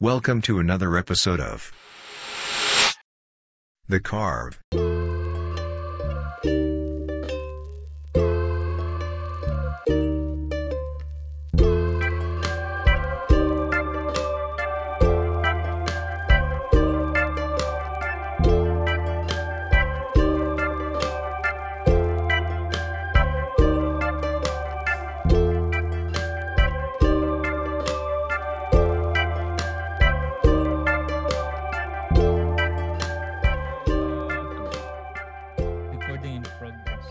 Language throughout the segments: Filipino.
Welcome to another episode of The Carve. Recording in progress.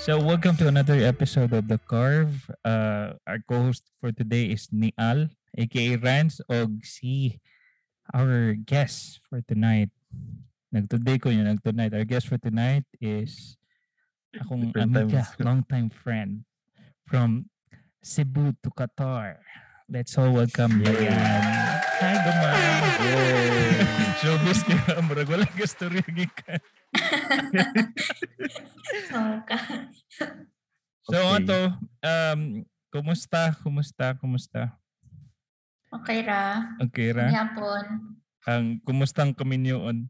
So, welcome to another episode of The Carve. Uh, our co-host for today is Nial, aka Rans, og si our guest for tonight. Nagtoday ko yun, nagtonight. Our guest for tonight is akong Different amiga, times. longtime friend from Cebu to Qatar. Let's all welcome Bayan. Hi, Gumang! Showbiz kaya, murag wala ka story ka. Songka. So, Okay. Otto, um, kumusta? Kumusta? Kumusta? Okay ra. Okay ra? Yapon. Ang kumustang kami niyoon?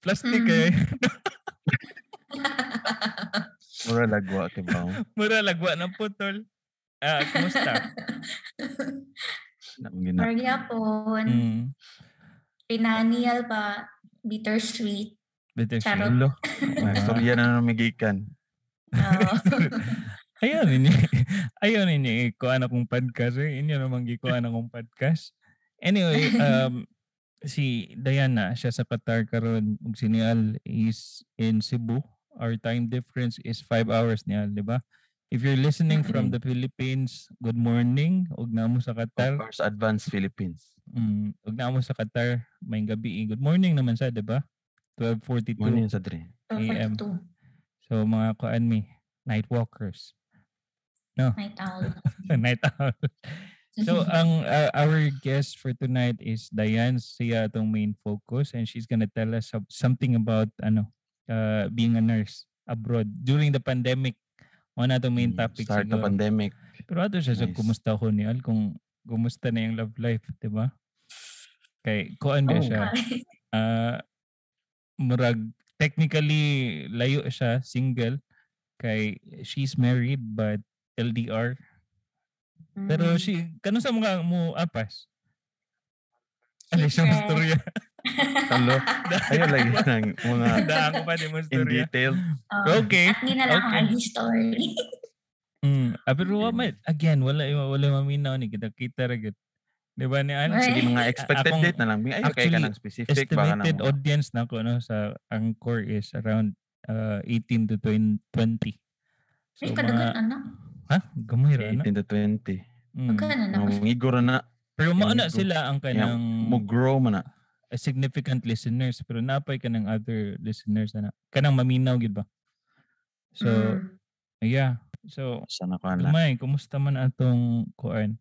Plastic Mm. eh. Mura lagwa kay Bang. Mura lagwa ng putol. Ah, kumusta? Ang gina. Or yapon. mm. Pinanial ba? Bittersweet. Detection. Charot. Hello. Istorya na namigikan. Oo. Ayun ini. Ayun ini ko ana kong podcast. Eh. Inyo naman gi ko ana kong podcast. Anyway, um si Diana siya sa Qatar karon ug si Nial is in Cebu. Our time difference is 5 hours niya, di ba? If you're listening from the Philippines, good morning. Ug namo sa Of Qatar. course, Advanced Philippines. Mm, ug namo sa Qatar, may gabi. eh. Good morning naman sa, di ba? 12:42. Morning Ano sa dre. AM. 12:42. So mga kuan mi, night walkers, Night owl. night out. So ang uh, our guest for tonight is Diane. Siya itong main focus and she's gonna tell us some- something about ano uh, being a nurse abroad during the pandemic. One atong main topic Hmm, Mm, Start na siguro. pandemic. Pero ato siya sa Nice. kumusta ko ni Al kung kumusta na yung love life, 'di ba? Kay kuan ba Oh. siya. Ah, murag technically layo siya, single kay she's married but LDR Mm-hmm. Pero si kano sa mga mo ah, apas? Ano siyang Secret. storya? Hello. Ayun lagi ng mga Daan ko pa din mo in storya. detail. Okay. At na lang Okay. ang agi story. Mm. Ah, pero wa Mm. man- again, wala yung- wala yung maminaw ni kita kita ra gud. Di ba ni ano, Al? Right. Sige mga expected Akong date na lang. Ay, okay ka actually, ng specific. Baka na Estimated mo. audience na ko no sa Angkor is around uh, 18 to 20. So Ay, mga kadugan ano? ha, ano? gamay ra na. 18 to 20. Mm. Kadugan ano? Mga Ngigo ra na. Pero mauna Yung- sila ang Kaya kanang mo grow man na. uh, significant listeners pero napay ka ng other listeners na na- kanang maminaw gid ba so Mm. yeah so Sana ko na. Dumay, kumusta man atong kuan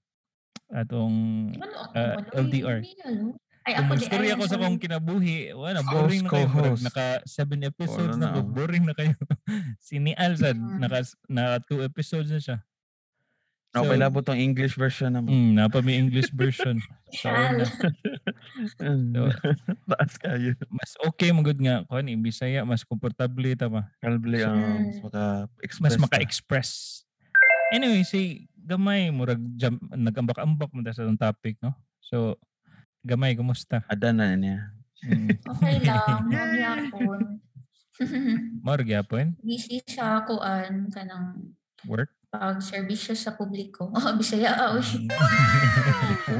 atong Ano ako? Ah, Ano? LDR. Hindi, ano? Ay, ako kung di- ay, story ang ako sa sorry. kong kinabuhi wala Host, boring na kayo murag co-host. naka 7 episodes Wala na na, ko oh. boring na kayo si ni Alzad Mm. naka naka 2 episodes na siya Okay, labo tong English version naman. mm, napa may English version so, Al. na. Hmm. Taas kayo. mas okay magud nga kuan in Bisaya mas komportable ta ba Kalbli So, ang mm. maka-express. Hmm. mas ta. maka-express. Anyway, si Gamay, murag jam, nagambak-ambak mo sa itong topic, no? So, Gamay, kumusta? Adan na niya. Mm. Okay lang. Mami yapon. Morag yapon? busy sa kuan kanang Work? pag serbisyo sa publiko. Oh, bisaya awi.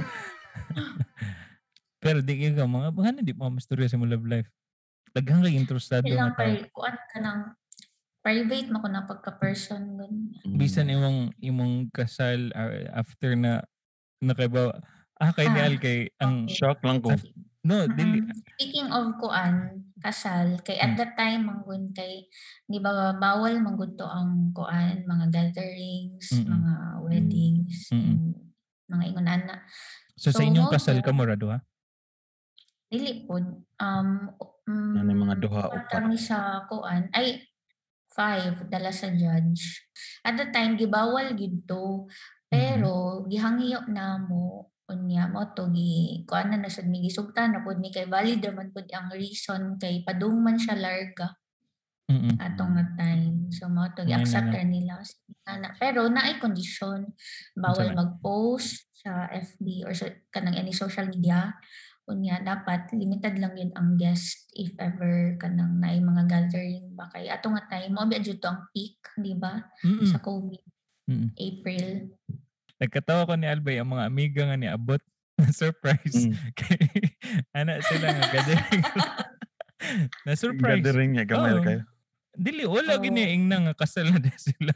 Pero di ka ka, mga bahana, di mo masturya sa mo love life. Daghang kay introstado nga Ilang tao. pri kuan kanang private mo ko na pagka person gun. Hmm. Bisan imong imong kasal ah, after na nakaiba ah kay ni Ah, Al kay ang okay. Shock lang ko. no dili Mm-hmm. Speaking of kuan kasal kay Hmm. at that time manggun kay di ba bawal manggun to ang kuan mga gatherings, Mm-mm. mga weddings, Mm-mm. mm, mga ingon ana. so, sa So, inyong mo- kasal ka mo rado ha Dili pod um um Ano mga duha o pa. kami sa kuan ay five dala sa Mm-hmm. judge at the time gibawal gid to pero gihangyo na mo unya mo to gi kuan na nasad mi gisugtan na pud mi kay valid man pud ang reason kay padungman siya larga Mm-mm. atong nga time so mo to May accept nana- ra nila Sige na na. pero naay condition Unsa bawal mag-post sa FB or sa kanang any social media unya dapat limited lang yun ang guest if ever kanang naay mga gathering ba kay ato nga time mo ba jud to ang peak di ba Mm-mm. Ah, sa COVID Mm-mm. April Nagkatawa ko ni Albay ang mga amiga nga ni Abot. Surprise. Mm. Kay, ana sila nga gathering. na surprise. Gathering niya, gamay Oo. kayo. Dili wala Oo. gini ing nang kasalada sila.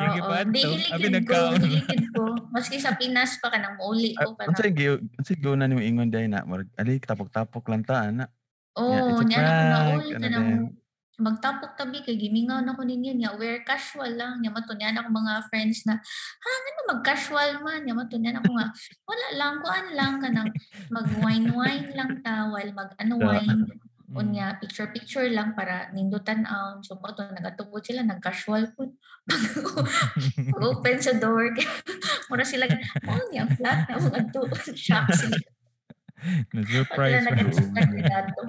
Yung Oo, iba di to, abi hiligid ko, nagkaon. hiligid ko. Maski sa Pinas pa ka nang mauli Ah, ko pa Ang na. sa'yo, giyo- ang sa'yo gawin na ni mo ingon dahil na, marag, ali, tapok-tapok lang ta, ana. Yeah, it's Oo, a niya na ko na prank, all. ano Ano din. magtapok tabi kay gimingaw na ko ninyo niya wear casual lang niya mato niya na ko mga friends na ha ano mag casual man niya mato niya na ko nga wala lang kuan lang ka nang mag wine wine lang ta while mag ano, unwind mm. Mm, unya picture picture lang para nindutan aw so mo to nagatubod sila nag casual pud pag open sa door mura sila oh niya flat na mga to shock sila na Pag surprise. sila nag-expect dato.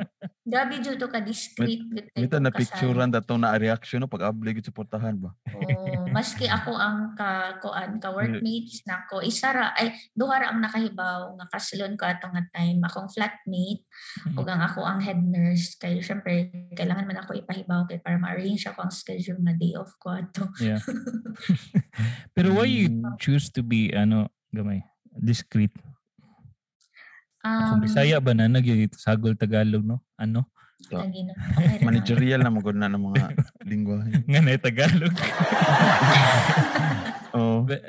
Gabi dito ka discreet. gud kay Mita na kung kasal. picturean dato na reaction no pag abli gid suportahan ba. Oo. maski ako ang ka kuan ka workmates nako isa ra ay duha ra ang nakahibaw nga kasulon ko ato nga time akong flatmate ug ang ako ang head nurse kay syempre kailangan man ako ipahibaw kay para ma-arrange ako ang schedule nga day off ko ato. Yeah. Pero why you choose to be ano gamay discreet? Kung Um, Bisaya ba na nagyayit sagol Tagalog no? Ano? lagi na- okay ra naman. Managerial na magod na ng mga lingwahe. Nga na Tagalog. Oh, Ba-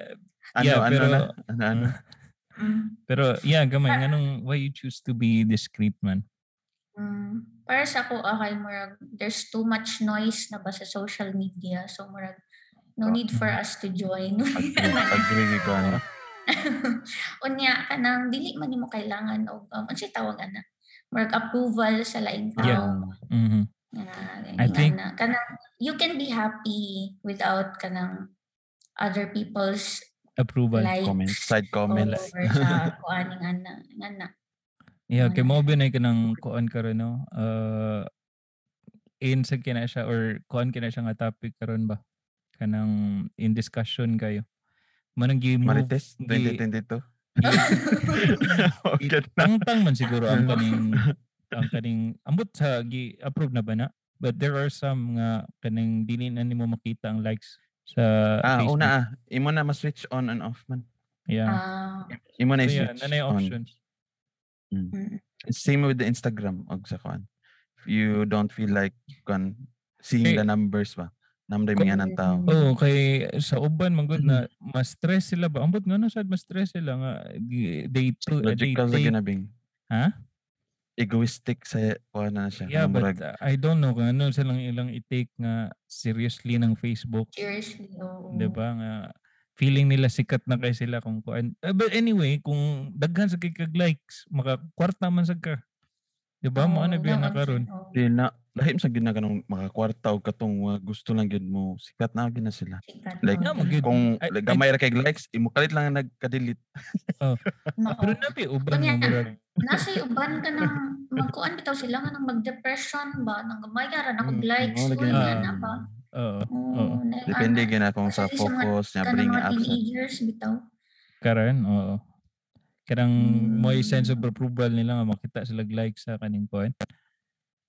ano Yeah, ano pero- na? Ano ano? Mm. Pero yeah, gamay nganong why you choose to be discreet man? Mm, para sa ako, okay, murag, there's too much noise na ba sa social media. So, murag, no Oh. need Mm. for us to join. Agree, agree gid ko ano. Unya, kanang, dili man nimo kailangan, o, um, ano siya tawag, ana? Murag, approval sa laing tao. Yeah. Ah, Mhm. Nga, I nga think- na. Kanang, you can be happy without kanang other people's Approval. likes. Comment, side comment. Or sa kuan nga na. Nga na. Mm. Yeah, kay Ano? mo binay ka ng kuan karon no. Uh in sa kina siya or kuan kina siya nga topic karon ba? Kanang in discussion kayo. Manang gi move Marites Di- 2022. Okay na. tangtang man siguro ang kaning ang kaning ambot sa gi approve na ba na? But there are some nga kaning dili na nimo makita ang likes sa Ah, Facebook. una ah. Imo na ma-switch on and off man. Yeah. Ah, Imo na so yeah, i-switch nanay on. options. mm. Same with the Instagram og sa kuan. If you don't feel like kan seeing Mm. Hey. the numbers ba. Namday mga nang tao. Oo, kay sa uban man gud na Mm. mas stress sila ba? Ambot nga na sad mas stress sila nga gi- they to eh, they Logical sa take- ginabing. Ha? Egoistic sa kuan na siya. Yeah, Ang but murag- uh, I don't know kung ano silang ilang i-take nga seriously ng Facebook, Seriously, oo. 'di ba? Nga feeling nila sikat na kay sila kung kuan. Eh, but anyway, kung daghan sa kay kag likes, makakwarta man sad ka. 'Di ba? Mo Oo, ano ba naman na siya, karon? oo. Di na lahim sa gid na ganung makakwarta og katong wa gusto lang gid mo sikat na gid na sila. Sikat, Like, oo. Nga, mag- Kung I- I- gamay ra kay likes, imo kalit lang ang nagka-delete. Oo. Pero napi uban Kunya, nga murag. nasa uban ka ng magkuan bitaw sila nga ng mag-depression ba nang gamayaran ako Mm, likes wala wala gyud Ah. na ba Oo, Oo, na- Depende ana, gid na kung sa Actually, sa mga- focus niya ka ng bring mga apps. teenagers bitaw karon, oo. Karang mo sense of Mm. approval nila nga makita sila likes sa kaning kuan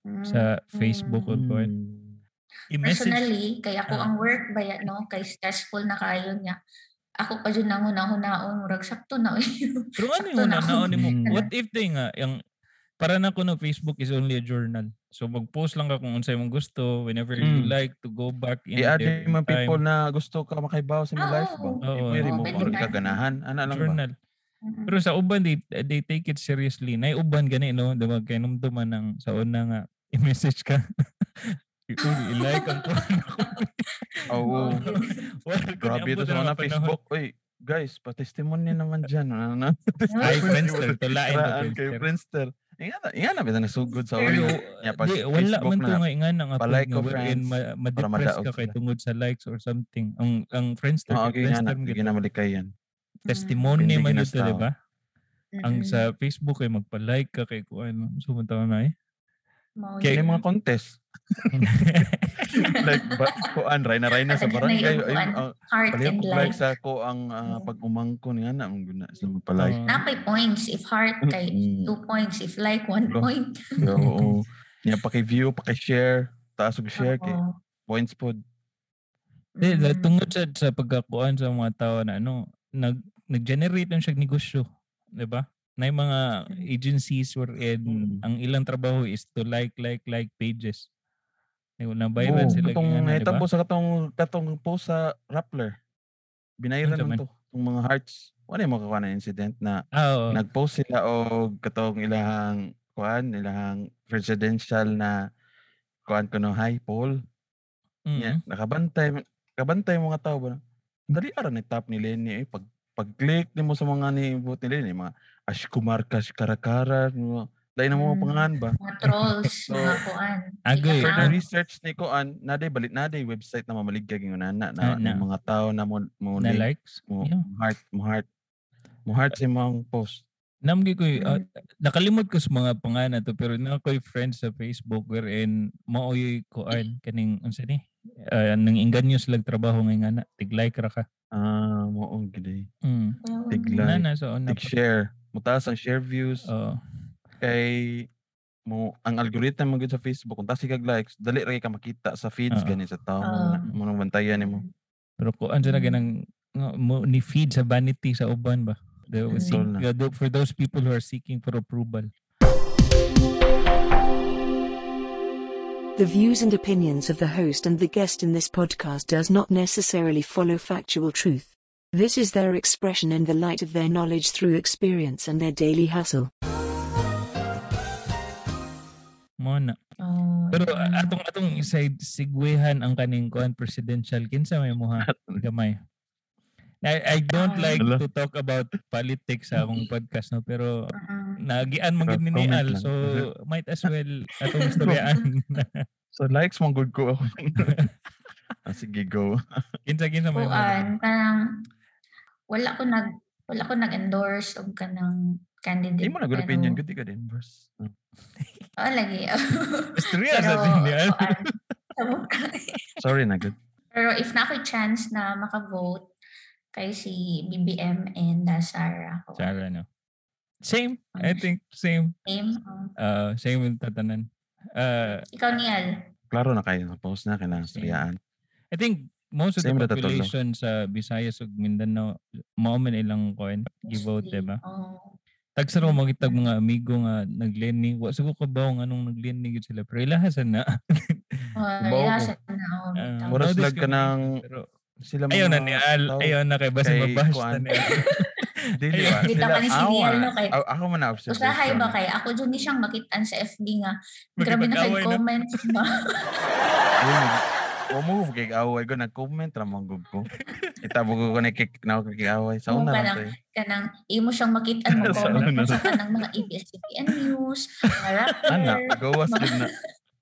Mm. sa Facebook o kuan. Hmm. I-message. personally kay ako Ah. ang work ba yan, no kay stressful na kayo niya ako pa jud nangunahunaon murag sakto na yun. Pero ano sakto yung na ako. nanaon mo? Mm. What if they nga, yung, para na ko no, Facebook is only a journal. So mag-post lang ka kung unsay mong gusto whenever you Mm. like to go back in I-add there yung in mga time. people na gusto ka makaibaw sa mga Ah, life ba? oo. Oo, Pwede oo, mo pwede ba na. ikaganahan? Ano lang ba? journal. Mm-mm. Pero sa uban they, they take it seriously. Nay uban gani no, diba kay numduman ng sa una nga i-message ka. I- Uy, i-like ang kuwan ako. Oo. Oo, yun. Wala ko Grabe niabot ito sa na mga mga panahon. Facebook. Uy, guys, patestimony naman dyan. Ano na? Ay, Ay, Friendster. Tulain na Siraan kayo, Friendster. Friendster. Ingat na, ingat na, bita nasugod sa Pero, eh, ulo. Yeah, pag di, wala Facebook man to na, nga nga nga nga palike nga ko wherein friends ma- para ma-depress madaog ka kay sila. tungod sa likes or something. Ang ang Friendster, kay Ah, okay, nga na. Friendster Hindi gito. na malikay yan. Mm. Testimony Hindi man yun to, ginastaw. di ba? ang sa Facebook ay magpa-like ka kay ko ano sumunta ka na eh. Kaya Ano yung mga contest. like, ba, kuan, ray na ray na sa Ano na barangay. Ayun, yung kuan? ah, heart palayo and ko like life. sa ko ang ah, Mm. pag-umangko niya na ang guna sila magpa-like. Oo. Napay points if heart kay Mm. two points if like one Bro. point. So, oo. Niya paki-view, paki-share, taas og share kay Oo. points pod. Di, la- Mm. tungod sa, sa pagkakuan sa mga tao na ano, nag, nag-generate lang siya negosyo. Di ba? Na yung mga agencies wherein Mm. ang ilang trabaho is to like, like, like pages. Di ko nabayran Oo, sila. katong kaya na, di ba? nahitabo sa katong katong post sa Rappler. Binayran Ano man? nito tong mga hearts. Wala yung makakuha na incident na Ah, oo. nag-post sila og katong ilahang kuan, ilahang presidential na kuan kuno high poll. Mm. Nya, nakabantay man- nakabantay yung mga tao ba. Dali ara ni tap ni Lenny eh, pag pag-click nimo sa mga ni vote ni Lenny mga Ash Kumar Kash Karakara mga dai na mo mga Mm. pangalan ba. Mga trolls, So, mga kuan. Agoy. For the Ah. research ni Koan, naday balit naday website na mamaligya yung nana Ah, na, na, na. mga tao na mo mo na like, likes. mo Yeah. mo heart mo heart mo heart sa mga post. Namgi ko, y- ah, Mm. nakalimot ko sa mga pangana to pero na ko'y friends sa Facebook wherein maoyoy kuan kaning unsa ni uh, nang inganyo sila trabaho ngay nga na tiglay ra ka Ah, mo og gidi. mm. Tigla. na Like, na so na Tig share. Mutaas ang share views oh kay mo ang algorithm mo gyud sa Facebook kung tasi kag likes dali ra kay ka makita sa feeds Oo. gani sa tao mo na- ano mo nang bantayan nimo. pero kuan sa na Mm. ganang nga, mo ni feed sa vanity sa uban ba the, Mm. seek- Tol na. uh, tho- for those people who are seeking for approval The views and opinions of the host and the guest in this podcast does not necessarily follow factual truth. This is their expression in the light of their knowledge through experience and their daily hustle. mo na Oh, pero yeah. ah, atong atong side sigwehan ang kaning kuan presidential kinsa may muha gamay I, I don't Ah. like Ala. to talk about politics sa akong podcast no pero Mm-mm. nagian man gid Pero ni comment Nial lang. so might as well atong istoryaan So likes mo good ko ako. ah, sige go. kinsa kinsa Ano may Kuan, parang wala ko nag wala ko nag-endorse og kanang Di candidate. mo na good pero- opinion good di ka din verse. Oo, lagi. istorya pero, sa din Nial kuan, sabog ka. Sorry na good. Pero if na ako chance na maka-vote kay si BBM and uh, Sarah ko. Sara no same I think same Same. oh. uh, same with tatanan uh, ikaw nial. Klaro na kayo post na kailangan Same. suryaan. I think most of Same the na tatlo. population sa Visayas ug Mindanao mao man ilang coin give out diba Oh. tagsaro mo kitag mga amigo nga naglearning wa sugo ka ba nga nung naglearning gid sila pero ilahasan na Ah. Bawo ko. Bawo ko. Ah, oh, Na, Oras no lag ka discrimination, ng- pero Sila ayaw na mga ni Al tao. ayaw na kay basta Kay mabash Kuan. na ni Al. Ayaw. Dili ba? Di ka Sila- man ako sinihal, nga- no, kay- a- Ako man na observe. Usahay ba kay? Ako dyan ni siyang makitaan sa FB nga. Grabe na Makipag-away kay na. comments ba? Huwag mo kay away ko nag-comment ra mong gug ko. Itabo ko ko na kick na ako kay away. Sa Oo una lang ba na? to. eh. Kanang, imo siyang makitaan mo Sa comment mo una. sa kanang mga E ABS-CBN news, mga Ana, rapper. gawas gud na.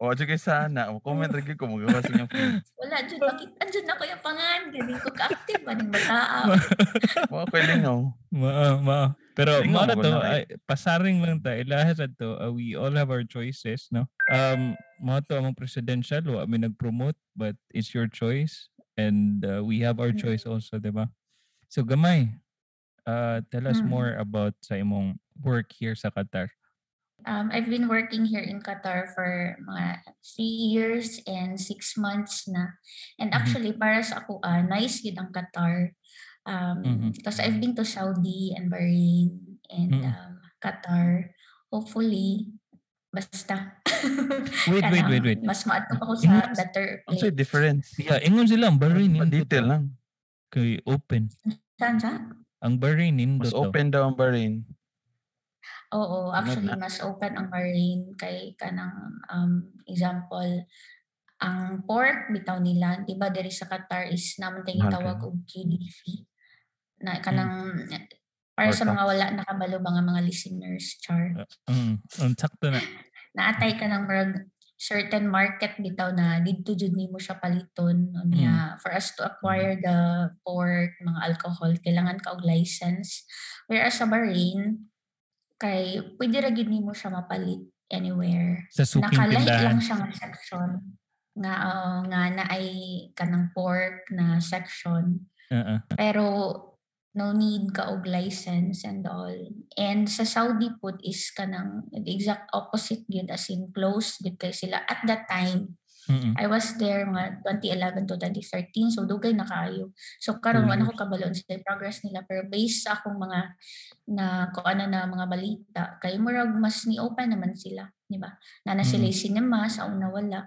O jud kay sana, o comment ra gyud ko magawas niya. Wala dyan, makitaan dyan ako yung pangan. Galing ko ka-active ba ng bataa. Wa ko lingaw. Mao, mao. Pero Sige, mao na mao to, na kay- ay, pasaring lang ta, ilahas na to, uh, we all have our choices, no? Um, mao to among presidential, wa mi nag-promote, but it's your choice. And uh, we have our Mm. choice also, di ba? So, gamay, uh, tell us Mm. more about sa imong work here sa Qatar. Um, I've been working here in Qatar for mga three years and six months na. And Mhm. actually, para sa ako, ah, nice gid ang Qatar. Um, Mhm. Because I've been to Saudi and Bahrain and Mm. um, Qatar. Hopefully, basta. Wait, wait, wait, Kanang wait. Mas maatop ako sa Ingon- better Ang say place. difference. Yeah, ingon sila, ang Bahrain Pa- nindot Detail to. lang. Kay open. Saan siya? Ang Bahrain nindot Mas to. open daw ang Bahrain. Oo, actually, na. mas open ang Bahrain kay kanang um, example, ang pork bitaw nila, 'di ba? Diri sa Qatar is naman tayo Mahal tawag kayo. og GDP. Na kanang para Or sa mga tax. wala nakabalo ba nga mga listeners, char. Mm, ang sakto na. Naatay ka ng murag certain market bitaw na didto jud nimo siya paliton o Hmm. niya for us to acquire the pork, mga alcohol, kailangan ka og license. Whereas sa Bahrain, Kay, pwede ra gyud nimo siya mapalit anywhere. Sa suking Nakalahit tindahan. lang siya nga section. Nga, oo, nga na ay kanang pork na section. Oo. Pero no need ka og license and all. And sa Saudi put is kanang the exact opposite yun as in close gyud kay sila at that time. Mm-mm. I was there mga 2011 to 2013 so dugay na kayo. So karon Two Mm-hmm. wala ko kabalon sa progress nila pero based sa akong mga na kuana na mga balita kay murag mas ni open naman sila, di ba? Nana sila Mm-hmm. yung cinema sa una wala.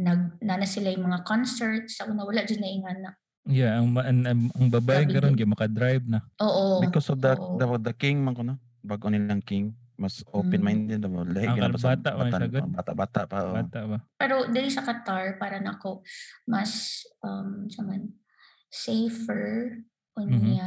Nag nana sila yung mga concerts sa una wala jud na ingana. Yeah, ang, ma- ang, ang, ang babae Sabi karon niya. kay maka-drive na. Oo. Because of the, oo. the, the king man ko no. Bago nilang king. Mas open-minded Mm. na mo. Lahi Ang ka na pa sa kalbata, may batan- sagot. Bata-bata pa. oh. oo. Bata ba? Pero dahil sa Qatar, para nako mas um sa man safer unya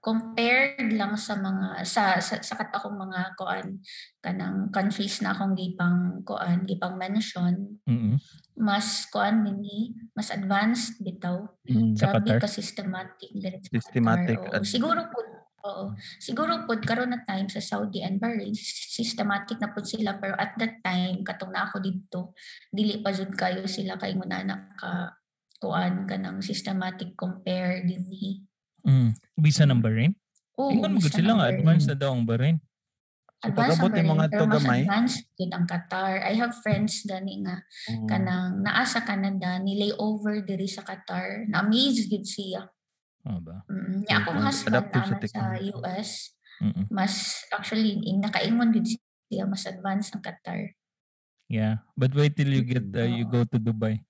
compared lang sa mga sa sa, sa kat akong mga koan kanang countries na akong gipang koan gipang mention Mm-mm. mas koan nini mas advanced bitaw Mm. Sa Grabe Qatar? ka systematic din sa Systematic Qatar, at- oo. Siguro po, oo. Siguro po, karon na time sa Saudi and Bahrain, s- systematic na po sila. Pero at that time, katong na ako dito, dili pa jud kayo sila kay mo na ka kuan ka ng systematic compare din ni. Mm. Bisa ng Bahrain? Oo, Ingon mo gud basta sila nga number. advanced na daw ang Bahrain. So, Advanced ang pag-abot ni mga Bahrain, pero mas tagamay. advanced yun ang Qatar. I have friends gani nga Mm. kanang naa sa Canada, ni over diri sa Qatar. Na-amaze gid siya. Oo ba? Mm, niya Mm, akong husband adaptive sa naman sa technology. US, Mm-mm. mas actually in nakaingon gud siya mas advanced ang Qatar. Yeah. But wait till you get uh, you go Oo. to Dubai.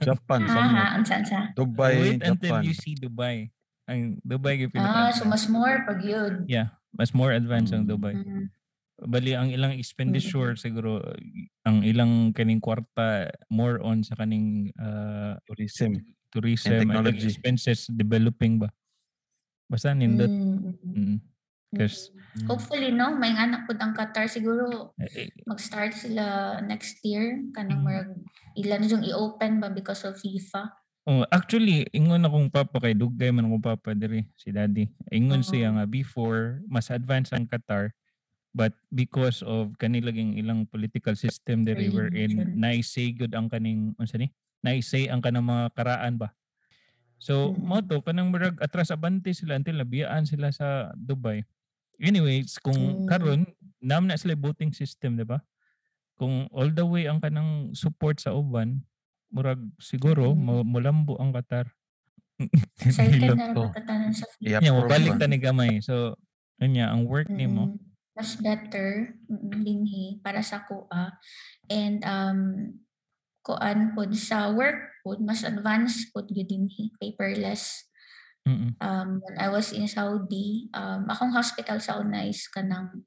Japan. Ha Some, Ah, ha, unsa unsa. Dubai, wait until Japan. you see Dubai. Ang Dubai kay Ah, so mas, mas more pag yun. more advanced ang Mm. Dubai. Mm, Bali ang ilang expenditure siguro uh, ang ilang kaning kwarta more on sa kaning uh, Tourism. tourism and And like technology. expenses developing ba. Basta nindot. mm, mm, Mm. Yes. mm. Hopefully no, may anak pud ang Qatar siguro Eh, eh, mag-start sila next year kanang Mm. marag ilan yung i-open ba because of FIFA. Oh, actually, ingon akong papa kay Dugay man akong papa diri si Daddy. Ingon siya Oo. nga before mas advanced ang Qatar but because of kanilang ilang political system diri wherein Religion. naisay gud ang kaning unsa ni? Naisay ang kanang mga karaan ba. So, Mm-mm. mo to kanang murag atras abante sila until nabiyaan sila sa Dubai. Anyways, kung Mm. karon nam na sila voting system, di ba? Kung all the way ang kanang support sa uban, murag siguro Mm. mo- mulambo ang Qatar. Excited Dilo. na to. patatanan sa FIFA. Yeah, Nya proven. mabalik ta ni gamay. So, anya ang work nimo. Mm-mm. Mas better mm, dinhi para sa kuha. And um kuan pod sa work pod mas advanced pod gyud dinhi paperless. Mm. Um when I was in Saudi, um akong hospital sa una is kanang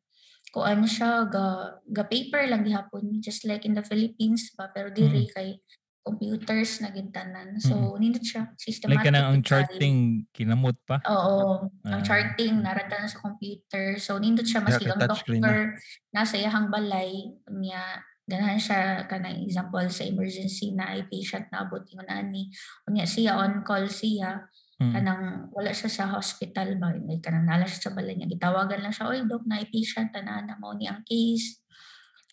kuan siya ga, ga paper lang gihapon just like in the Philippines ba pero Mm. diri kay computers na gintanan. So nindot siya systematic. Like kanang ang gyud kayo. charting kinamot pa. Oo. Ang Ah. charting, naratan sa computer. So, nindot siya maski Yeah, ang touchscreen na. doctor, nasa iyahang balay niya. Ganahan siya, kanang example, sa emergency na ay patient na abot yung ani. Unya siya, on call siya, Mm. kanang wala siya sa hospital ba, may kanang nala siya sa balay niya. Gitawagan lang siya, oy, doc, na ay patient, tanan na mo ni ang case.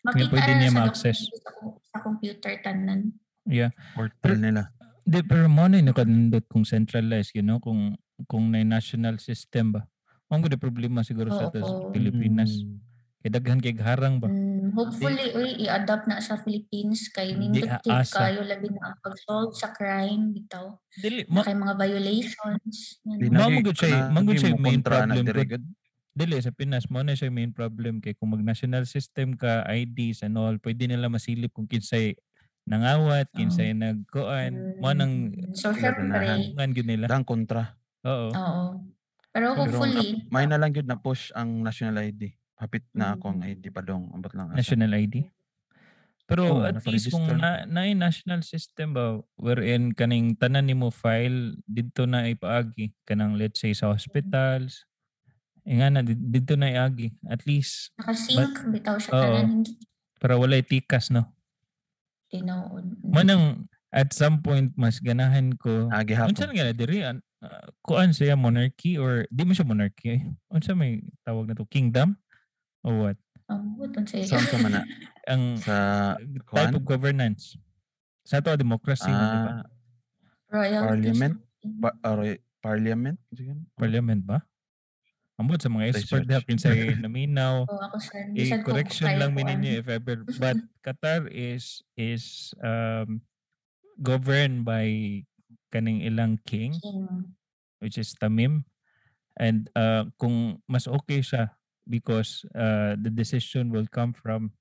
Kaya pwede ra niya sa ma-access. doc- sa, sa computer tanan. Yeah. Portal nila. Di, pero mo na nakalindot kung centralized, you know, kung kung na national system ba. Ang gud problema siguro sa atas Oo. Pilipinas. Mm. Kay daghan kay harang ba. Mm, hopefully, uy, i-adapt na sa Philippines kay Hindi nindot aasa. kayo labi na ang pag-solve sa crime bitaw. Dili mo Na kay mga violations. Di Yan. na Mamo di- gud siya, na mamo gud di siya eh, mo main kontra na problem diri gud. gud. Dili sa Pinas mo na siya yung main problem kay kung mag national system ka IDs and all pwede nila masilip kung kinsay nangawat, kinsay nagkuan, mo nang Mm, So, Sila ganahan. syempre, ngan gyud nila. Dang kontra. Oo. oo. Pero Pero Oh, hopefully, may na lang yun na push ang national ID. Hapit na ako ang Mm. ID pa dong. Ambot lang. asa. National ID. Pero Oo, at least kung na, nakaregister. na national system ba wherein kaning tanan nimo file didto na ipaagi kanang let's say sa hospitals. Ingana didto na iagi at least nakasync bitaw siya oo. tanan hindi para walay tikas no. tinoon. Manang at some point mas ganahan ko. Agi Unsa Ah, hapon. nga na diri an- ah, kuan siya monarchy or di mo siya monarchy. eh. Unsa may tawag na to kingdom or what? Ang buton sa Saan ka man na? Ang Sa type kuan? of governance. Sa to democracy na, di ba? Ah, royal Parliament? Christian. pa- or- parliament? Sige. Parliament ba? Ambot sa mga expert Research. dapin sa Naminaw. Oo, ako sir. Eh, Hindi sad Oh, ko ah. correction kaya lang eh. kuan. mininyo if ever. But Qatar is is um governed by kaning ilang king King. which is Tamim. And uh, kung mas okay siya because uh, the decision will come from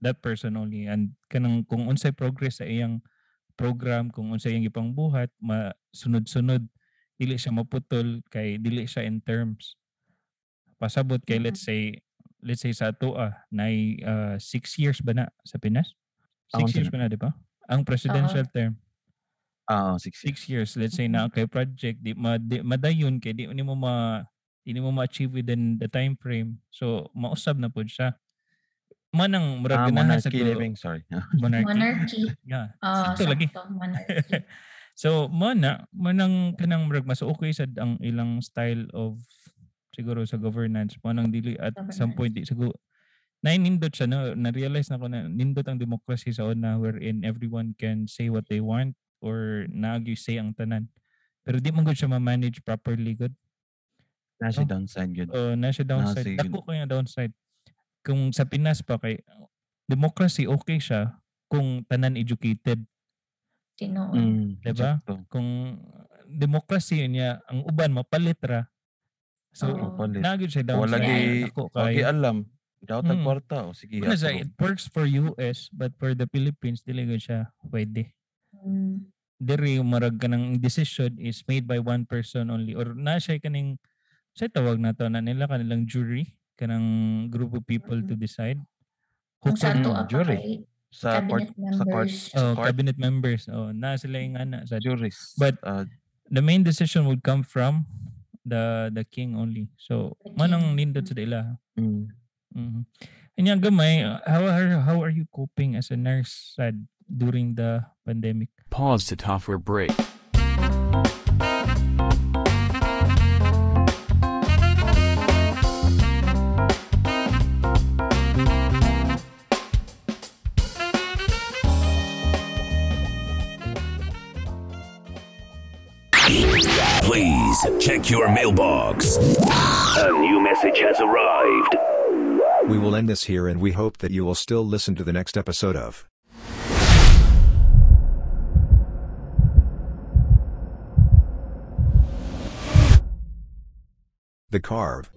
that person only and kanang kung unsay progress sa iyang program kung unsay iyang ipangbuhat masunod-sunod dili siya maputol kay dili siya in terms pasabot kay let's say let's say sa ato ah nay uh, six years ba na sa Pinas Ako six years din. ba na di ba ang presidential term Ah, six years. six years let's say Mhm. Mm-hmm. na kay project di, ma, di madayon kay di, ni mo ma di mo ma-achieve within the time frame so mausab na pod siya manang murag Ah, ganahan sa monarchy ko- living, sorry. monarchy, Monarchy. Yeah. Oo, Sakto lagi. ah, sakto, monarchy. so mana manang kanang murag mas okay sad ang ilang style of siguro sa governance manang dili at some point di siguro nainindot siya no na-realize na ko na nindot ang democracy sa una wherein everyone can say what they want or naagyo say ang tanan pero di man gud siya ma-manage properly good Na siya downside yun. o na siya downside. sige. Dako ko yung downside. Kung sa Pinas pa kay democracy okay siya kung tanan educated, Tinuod. Mm, Diba? sakto. kung democracy niya ang uban mapalit ra. So Oh, Oo. palit. na gyud siya Wala downside. gi- Dako Okay, ah, kay alam. Daw tag Mm. kwarta. O sige. Wala siya, approve. it works for US but for the Philippines dili gyud siya pwede. Mm. Diri marag kanang decision is made by one person only or na siya kaning sa tawag na to na nila kanilang jury kanang group of people to decide. Mm-hmm. Kung sa Hukom, to apa jury. kay Sa court, cabinet sa court, members. sa Oh, court, cabinet members. Oh, na sila yung ana sa juries. But- uh, the main decision would come from the the king only. So, The manang king. nindot sa ila. mm, Mhm. And yung gamay, uh, how are how are you coping as a nurse sad during the pandemic? Pause to offer break. Please check your mailbox. A new message has arrived. We will end this here and we hope that you will still listen to the next episode of The Carve.